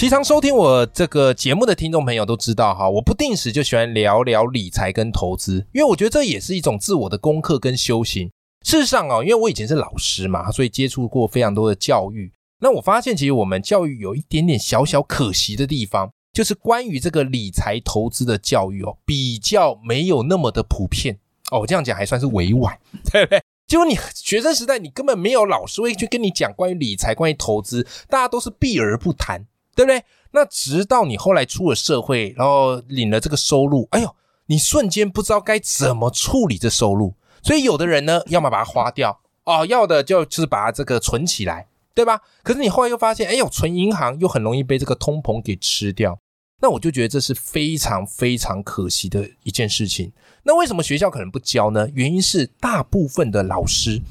时常收听我这个节目的听众朋友都知道哈，我不定时就喜欢聊聊理财跟投资，因为我觉得这也是一种自我的功课跟修行。事实上哦，因为我以前是老师嘛，所以接触过非常多的教育。那我发现，其实我们教育有一点点小小可惜的地方，就是关于这个理财投资的教育哦，比较没有那么的普遍。哦，我这样讲还算是委婉， 对不对？结果你学生时代，你根本没有老师会去跟你讲关于理财、关于投资，大家都是避而不谈，对不对？那直到你后来出了社会，然后领了这个收入，哎呦，你瞬间不知道该怎么处理这收入，所以有的人呢，要么把它花掉，哦，要的就就是把它这个存起来，对吧？可是你后来又发现，哎呦，存银行又很容易被这个通膨给吃掉，那我就觉得这是非常非常可惜的一件事情。那为什么学校可能不教呢？原因是大部分的老师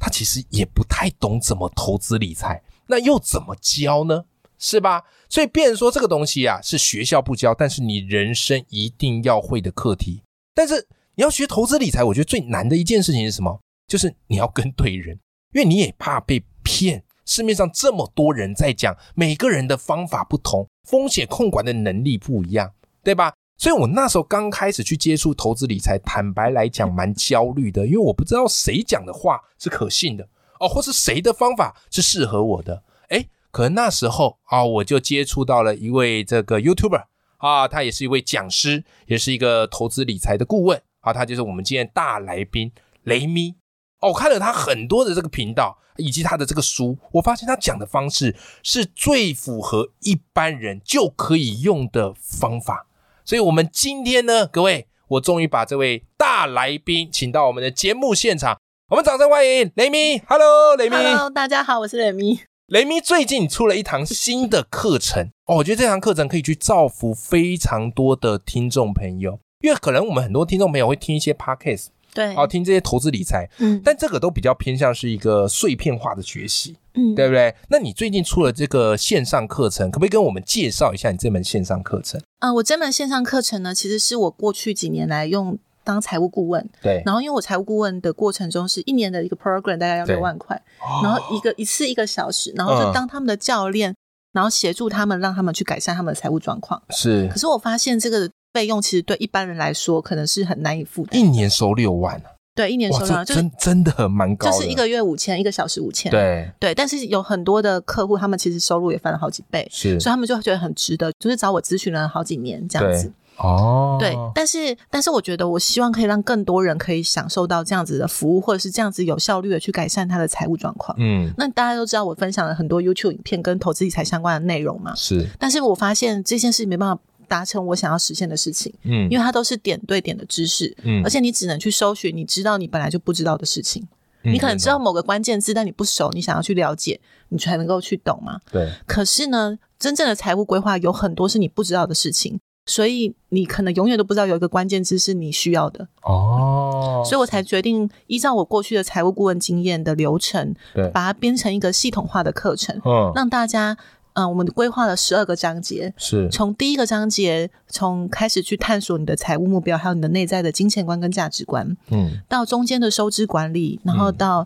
他其实也不太懂怎么投资理财，那又怎么教呢？是吧？所以，变成说这个东西啊，是学校不教，但是你人生一定要会的课题。但是你要学投资理财，我觉得最难的一件事情是什么？就是你要跟对人，因为你也怕被骗。市面上这么多人在讲，每个人的方法不同，风险控管的能力不一样，对吧？所以我那时候刚开始去接触投资理财，坦白来讲蛮焦虑的，因为我不知道谁讲的话是可信的哦，或是谁的方法是适合我的。诶，可能那时候啊，我就接触到了一位这个 YouTuber 啊，他也是一位讲师，也是一个投资理财的顾问啊，他就是我们今天的大来宾雷咪。哦，我看了他很多的这个频道以及他的这个书，我发现他讲的方式是最符合一般人就可以用的方法。所以，我们今天呢，各位，我终于把这位大来宾请到我们的节目现场，我们掌声欢迎雷米。Hello，雷米。 Hello，大家好，我是雷米。雷咪最近出了一堂新的课程哦，我觉得这堂课程可以去造福非常多的听众朋友，因为可能我们很多听众朋友会听一些 podcast，对，哦，听这些投资理财，嗯，但这个都比较偏向是一个碎片化的学习，嗯，对不对？那你最近出了这个线上课程，可不可以跟我们介绍一下你这门线上课程？呃，我这门线上课程呢，其实是我过去几年来用当财务顾问，对，然后因为我财务顾问的过程中是一年的一个 program，大概要对哦六万块，然后一个一次一个小时，然后就当他们的教嗯练，然后协助他们，让他们去改善他们的财务状况。是可是我发现这个费用其实对一般人来说可能是很难以负担一，年收六万啊，对，一年收哇，入这就是真真的蛮高就的，是一个月五千，一个小时五千，对，对，但是有很多的客户，他们其实收入也翻了好几倍，是所以他们就觉得很值得，就是找我咨询了好几年这样子。哦，对，但是但是我觉得，我希望可以让更多人可以享受到这样子的服务，或者是这样子有效率的去改善他的财务状况。嗯，那大家都知道，我分享了很多 YouTube 影片跟投资理财相关的内容嘛，是，但是我发现这件事没办法达成我想要实现的事情，嗯因为它都是点对点的知识，嗯而且你只能去搜寻你知道你本来就不知道的事情。嗯你可能知道某个关键字，但你不熟，你想要去了解，你才能够去懂嘛。对，可是呢，真正的财务规划有很多是你不知道的事情，所以你可能永远都不知道有一个关键字是你需要的，哦，所以我才决定依照我过去的财务顾问经验的流程，对把它编成一个系统化的课程，嗯，让大家，嗯、我们规划了十二个章节。是从第一个章节，从开始去探索你的财务目标，还有你的内在的金钱观跟价值观，嗯到中间的收支管理，然后到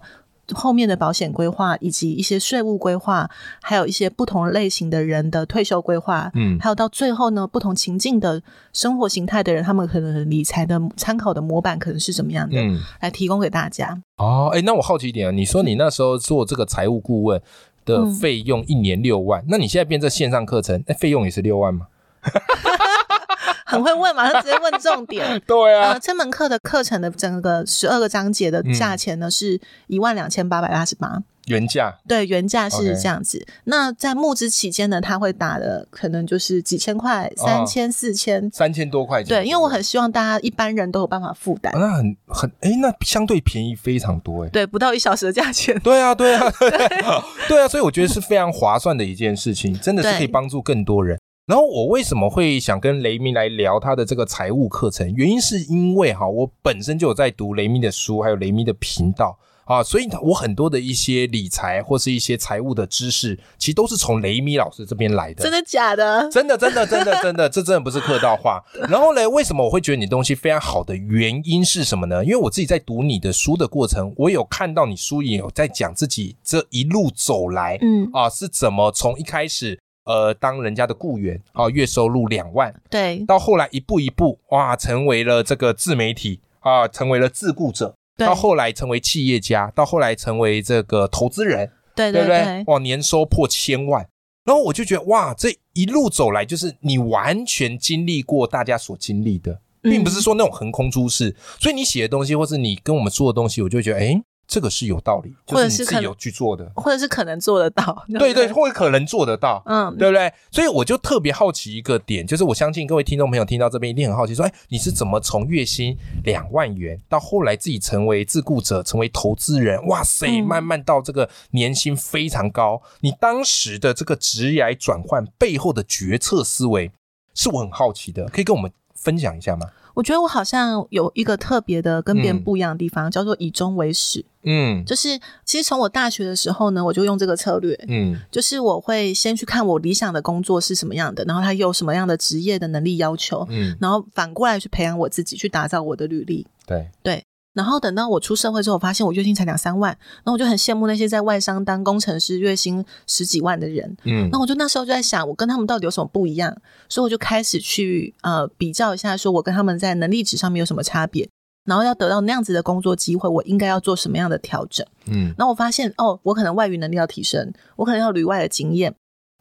后面的保险规划，以及一些税务规划，还有一些不同类型的人的退休规划，嗯还有到最后呢，不同情境的生活形态的人，他们可能理财的参考的模板可能是怎么样的，嗯，来提供给大家。哦，哎，那我好奇一点啊，你说你那时候做这个财务顾问的嗯费用一年六万，那你现在变这线上课程，哎那费用也是六万吗？。很会问嘛，马上直接问重点 对呃，，这门课的课程的整个十二个章节的价钱呢、是一万两千八百八十八，原价对，原价 OK 是这样子。那在募资期间呢，他会打的可能就是几千块、三千、四千。三哦千多块钱，对，因为我很希望大家一般人都有办法负担啊。那很很哎，那相对便宜非常多哎。对，不到一小时的价钱。对啊，对啊，对啊，对啊，所以我觉得是非常划算的一件事情，真的是对可以帮助更多人。然后我为什么会想跟雷米来聊他的这个财务课程？原因是因为哈，我本身就有在读雷米的书，还有雷米的频道啊，所以我很多的一些理财或是一些财务的知识，其实都是从雷米老师这边来的。真的假 的？真的，真的，真的，真的，这真的不是客套 话。然后嘞，为什么我会觉得你东西非常好的原因是什么呢？因为我自己在读你的书的过程，我有看到你书也有在讲自己这一路走来嗯，啊，是怎么从一开始呃当人家的雇员啊，月收入两万，对到后来一步一步哇，成为了这个自媒体啊，成为了自雇者，对到后来成为企业家，到后来成为这个投资人，对对对不对？哇，年收破千万。然后我就觉得哇，这一路走来，就是你完全经历过大家所经历的，嗯并不是说那种横空出世。所以你写的东西，或是你跟我们说的东西，我就会觉得，哎，这个是有道理，就或者你是自可己能有去做的，或者是可能做得到。对对，，或者可能做得到，嗯，对不对？所以我就特别好奇一个点，就是我相信各位听众朋友听到这边一定很好奇，说，哎，你是怎么从月薪两万元到后来自己成为自雇者，成为投资人？哇塞，嗯慢慢到这个年薪非常高，你当时的这个职业转换背后的决策思维，是我很好奇的，可以跟我们分享一下吗？我觉得我好像有一个特别的跟别人嗯不一样的地方，叫做以终为始。嗯就是其实从我大学的时候呢，我就用这个策略，嗯就是我会先去看我理想的工作是什么样的，然后他有什么样的职业的能力要求，嗯，然后反过来去培养我自己，去打造我的履历。对，然后等到我出社会之后，我发现我月薪才两三万，然后我就很羡慕那些在外商当工程师月薪十几万的人。嗯那我就那时候就在想，我跟他们到底有什么不一样？所以我就开始去呃比较一下，说我跟他们在能力值上面有什么差别，然后要得到那样子的工作机会，我应该要做什么样的调整？嗯然后我发现哦，我可能外语能力要提升，我可能要有旅外的经验，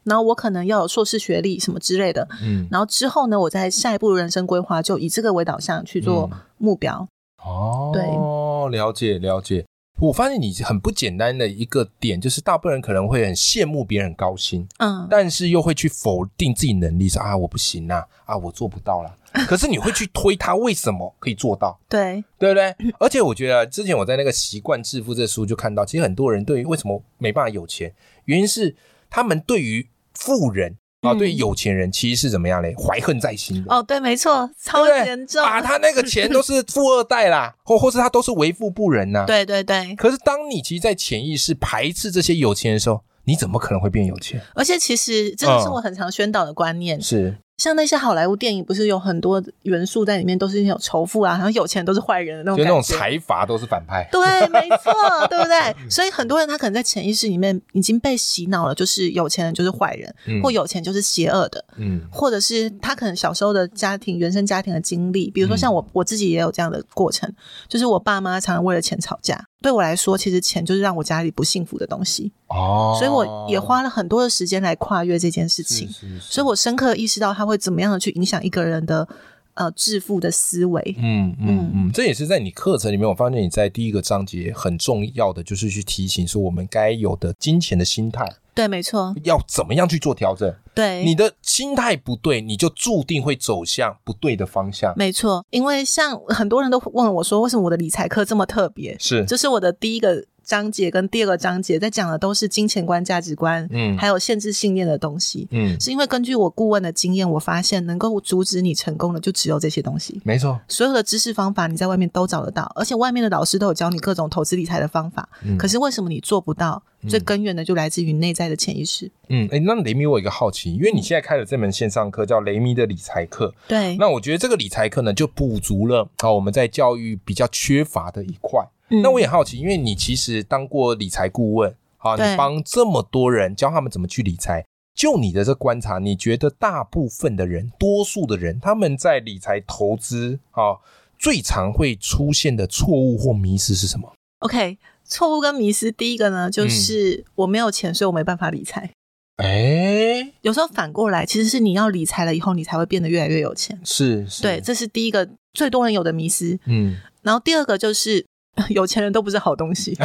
然后我可能要有硕士学历什么之类的。嗯，然后之后呢，我在下一步人生规划就以这个为导向去做嗯目标。哦，对，了解了解。我发现你很不简单的一个点，就是大部分人可能会很羡慕别人高薪，嗯，但是又会去否定自己能力，说啊我不行啦、啊，我做不到 啦。可是你会去推他为什么可以做到，对，对不对？而且我觉得之前我在那个《习惯致富》这书就看到，其实很多人对于为什么没办法有钱，原因是他们对于富人啊，嗯对于有钱人其实是怎么样嘞，怀恨在心的。哦，对，没错，超对不对严重。啊，他那个钱都是富二代啦，或或是他都是为富不仁呐、。对对对，可是当你其实，在潜意识排斥这些有钱的时候，你怎么可能会变有钱？而且其实这个是嗯我很常宣导的观念。是，像那些好莱坞电影，不是有很多元素在里面，都是那种仇富啊，好像有钱人都是坏人的那种就感那觉。种财阀都是反派。对，没错，对不对？所以很多人他可能在潜意识里面已经被洗脑了，就是有钱人就是坏人，嗯或有钱就是邪恶的，嗯或者是他可能小时候的家庭、原生家庭的经历，比嗯如说像我，我自己也有这样的过程，就是我爸妈常常为了钱吵架。对我来说，其实钱就是让我家里不幸福的东西，哦，所以我也花了很多的时间来跨越这件是事情。是是所以我深刻意识到它会怎么样的去影响一个人的呃致富的思维。嗯嗯嗯嗯，这也是在你课程里面，我发现你在第一个章节很重要的就是去提醒说，我们该有的金钱的心态对，没错，要怎么样去做调整。对，你的心态不对，你就注定会走向不对的方向。没错，因为像很多人都问我说，为什么我的理财课这么特别？是，就是我的第一个章节跟第二个章节在讲的都是金钱观、价值观，嗯还有限制信念的东西。嗯，是因为根据我顾问的经验，我发现能够阻止你成功的就只有这些东西。没错。所有的知识方法你在外面都找得到，而且外面的老师都有教你各种投资理财的方法。嗯可是为什么你做不到？最根源的就来自于内在的潜意识。嗯，哎，那雷米，我有一个好奇，因为嗯你现在开了这门线上课叫雷米的理财课，对，那我觉得这个理财课呢，就补足了啊、我们在教育比较缺乏的一块。嗯那我也好奇，因为你其实当过理财顾问，啊，对你帮这么多人教他们怎么去理财。就你的这观察，你觉得大部分的人，多数的人，他们在理财投资啊，最常会出现的错误或迷失是什么？ OK，错误跟迷失，第一个呢，就嗯是我没有钱，所以我没办法理财。哎，有时候反过来，其实是你要理财了以后，你才会变得越来越有钱。是，是对，，这是第一个最多人有的迷思。嗯，然后第二个就是。 有钱人都不是好东啊西，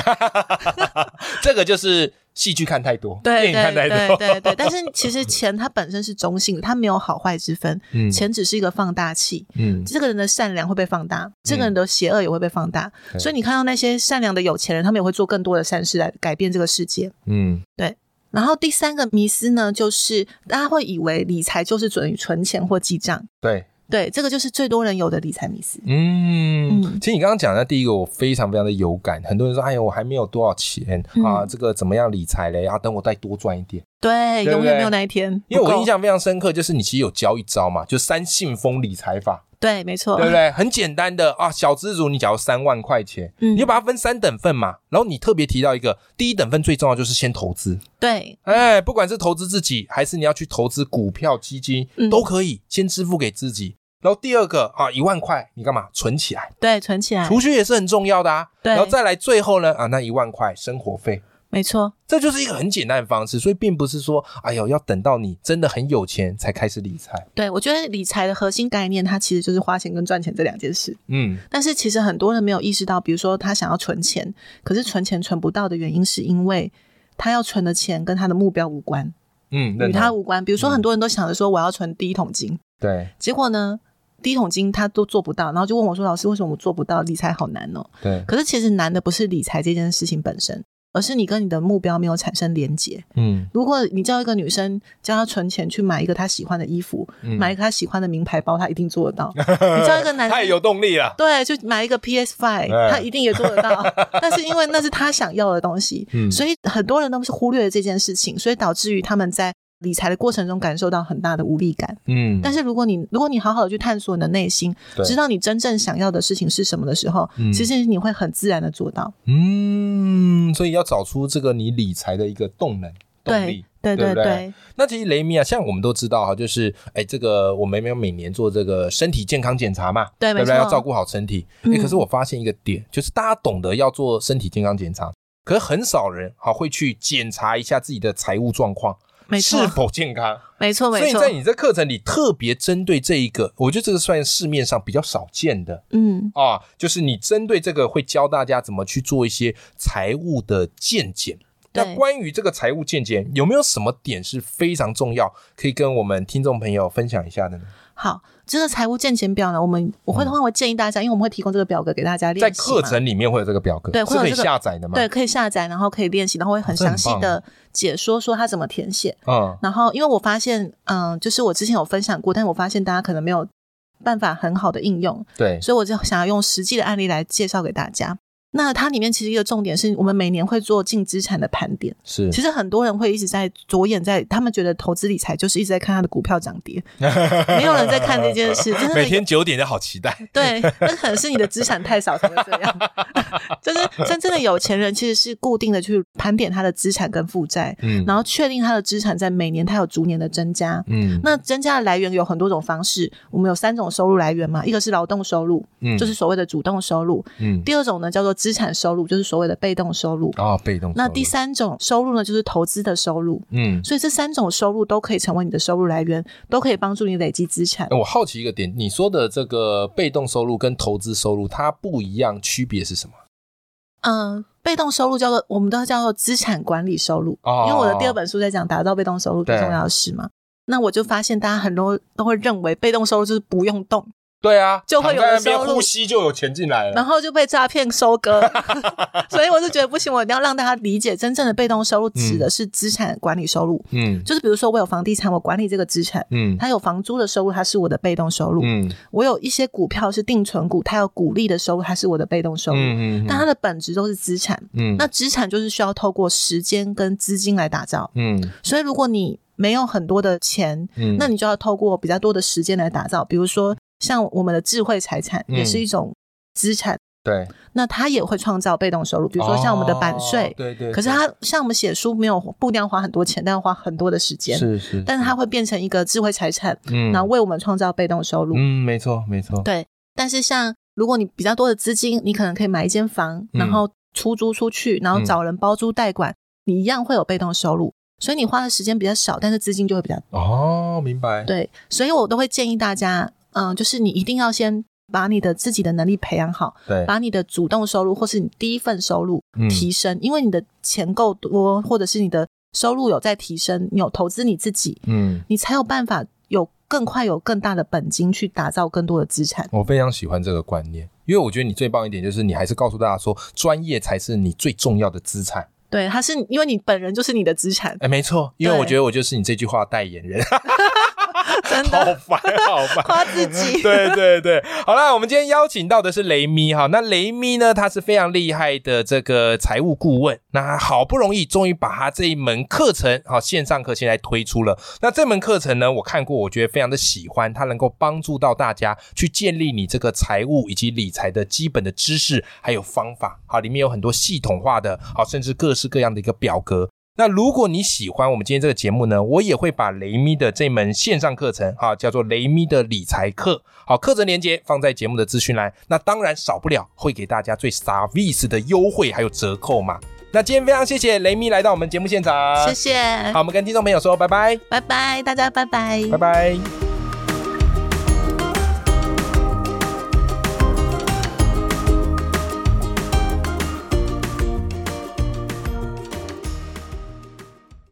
这个就是戏剧看太多，电对影看对太对多，对对。但是其实钱它本身是中性的，它没有好坏之分， 嗯钱只是一个放大器。 嗯这个人的善良会被放大，这个人的邪恶也会被放大。对所以你看到那些善良的有钱人，他们也会做更多的善事来改变这个世界。嗯，对。然后第三个迷思呢，就是大家会以为理财就是准于存钱或记账，对，对，这个就是最多人有的理财迷思。嗯，嗯其实你刚刚讲的第一个，我非常非常的有感。很多人说：“哎呀，我还没有多少钱、嗯啊，这个怎么样理财嘞？啊，等我再多赚一点。对，对不永远对没有那一天。”因为不我够印，象非常深刻，就是你其实有教一招嘛，就三信封理财法，对，没错，对不对？很简单的啊，小资族你假如三万块钱，嗯你就把它分三等份嘛。然后你特别提到一个，第一等份最重要就是先投资，对，哎，不管是投资自己，还是你要去投资股票、基金，嗯都可以先支付给自己。然后第二个啊，一万块你干嘛存起来？对，存起来，储蓄也是很重要的啊。哎对然后再来最后呢啊，那一万块生活费，没错，这就是一个很简单的方式，所以并不是说哎呦要等到你真的很有钱才开始理财。对我觉得理财的核心概念，它其实就是花钱跟赚钱这两件事。嗯，但是其实很多人没有意识到，比如说他想要存钱，可是存钱存不到的原因，是因为他要存的钱跟他的目标无关，嗯，认与他同无关。比如说，嗯很多人都想着说我要存第一桶金，对结果呢，第一桶金他都做不到，然后就问我说：“老师，为什么我做不到？理财好难哦。对”，可是其实难的不是理财这件事情本身，而是你跟你的目标没有产生连结。嗯，如果你叫一个女生叫她存钱去买一个她喜欢的衣服，嗯买一个她喜欢的名牌包，她一定做得 到。你叫一个男生太有动力了。对，就买一个 PS Five，、哎他一定也做 得到。但是因为那是他想要的东西，嗯所以很多人都是忽略了这件事情，所以导致于他们在理财的过程中感受到很大的无力感。嗯，但是如果你如果你好好的去探索你的内心，对知道你真正想要的事情是什么的时候，嗯其实你会很自然的做到。嗯，所以要找出这个你理财的一个动能动对力。对对不对对，那其实雷米啊，像我们都知道哈，就是哎，这个我们没有每年做这个身体健康检查嘛，对对不没对？错要照顾好身体。哎、嗯可是我发现一个点，就是大家懂得要做身体健康检查，可是很少人好会去检查一下自己的财务状况没是错，否健康。没错，所 没以错在。你这课程里特别针对这一个，我觉得这个算市面上比较少见的嗯，啊，就是你针对这个会教大家怎么去做一些财务的见解。对那关于这个财务见解，有没有什么点是非常重要，可以跟我们听众朋友分享一下的呢？好，这个财务见钱表呢，我们我会通常会建议大家，因为我们会提供这个表格给大家在练习课嘛。程里面会有这个表格，对会是有可以这个下载的吗？对，，可以下载，然后可以练习，然后会很哦这很详细棒的解说说它怎么填写。嗯，然后，因为我发现，嗯，就是我之前有分享过，但我发现大家可能没有办法很好的应用，对，所以我就想要用实际的案例来介绍给大家。那它里面其实一个重点是我们每年会做净资产的盘点。是其实很多人会一直在着眼在，他们觉得投资理财就是一直在看他的股票涨 跌，没有人在看这件事。真的每天九点就好期 待，对，那可能是你的资产太少才会这样。 就是真正的有钱人其实是固定的去盘点他的资产跟负债，嗯然后确定他的资产在每年他有逐年的增加。嗯那增加的来源有很多种方式，我们有三种收入来源嘛，一个是劳动收入，嗯就是所谓的主动收入；嗯第二种呢叫做资产收入，就是所谓的被动收入；啊，被动收入。那第三种收入呢就是投资的收入。嗯，所以这三种收入都可以成为你的收入来源，都可以帮助你累积资产。哎我好奇一个点，你说的这个被动收入跟投资收入它不一样，区别是什么？嗯，被动收入叫做我们都叫做资产管理收入，哦因为我的第二本书在讲打造被动收入最对重要的事嘛。那我就发现大家很多都会认为被动收入就是不用动，对啊，就会躺有在的那边收入呼吸就有钱进来然了。后就被诈骗收割。 所以我就觉得不行，我一定要让大家理解，真正的被动收入指的是资产管理收入，嗯就是比如说我有房地产，我管理这个资产。嗯它有房租的收入，它是我的被动收入；嗯我有一些股票是定存股，它有股利的收入，它是我的被动收入。嗯但它的本质都是资产。嗯那资产就是需要透过时间跟资金来打造，嗯所以如果你没有很多的钱，嗯那你就要透过比较多的时间来打造。比如说，像我们的智慧财产嗯也是一种资产，对，那它也会创造被动收入，比比如说像我们的版税。对哦对，可是它像我们写书没有不一定要花很多钱，但要花很多的时间。是是，但是它会变成一个智慧财产，嗯然后为我们创造被动收入。嗯，没错没错，对但是像如果你比较多的资金，你可能可以买一间房，嗯然后出租出去，然后找人包租代管，你一样会有被动收入。所以你花的时间比较少，但是资金就会比较哦，明白。对。所以我都会建议大家，嗯、就是你一定要先把你的自己的能力培养好，对，把你的主动收入或是你第一份收入嗯提升，因为你的钱够多，或者是你的收入有在提升，你有投资你自己，嗯，你才有办法有更快、有更大的本金去打造更多的资产。我非常喜欢这个观念，因为我觉得你最棒一点就是你还是告诉大家说，专业才是你最重要的资产。对，他是因为你本人就是你的资 产，哎，没错，因为对我觉得我就是你这句话代言人，真好的烦，好烦。 夸自 己。对对对，好啦，我们今天邀请到的是雷咪哈，那雷咪呢，他是非常厉害的这个财务顾问，那他好不容易终于把他这一门课程，好线上课现在推出了。那这门课程呢，我看过，我觉得非常的喜欢，它能够帮助到大家去建立你这个财务以及理财的基本的知识还有方法，好，里面有很多系统化的，好，甚至各式各样的一个表格，那如果你喜欢我们今天这个节目呢，我也会把雷咪的这门线上课程啊，叫做雷咪的理财课，好，课程链接放在节目的资讯栏。那当然少不了会给大家最 service 的优惠还有折扣嘛。那今天非常谢谢雷咪来到我们节目现场，谢谢好，，我们跟听众朋友说拜拜，拜拜，大家拜拜，拜拜。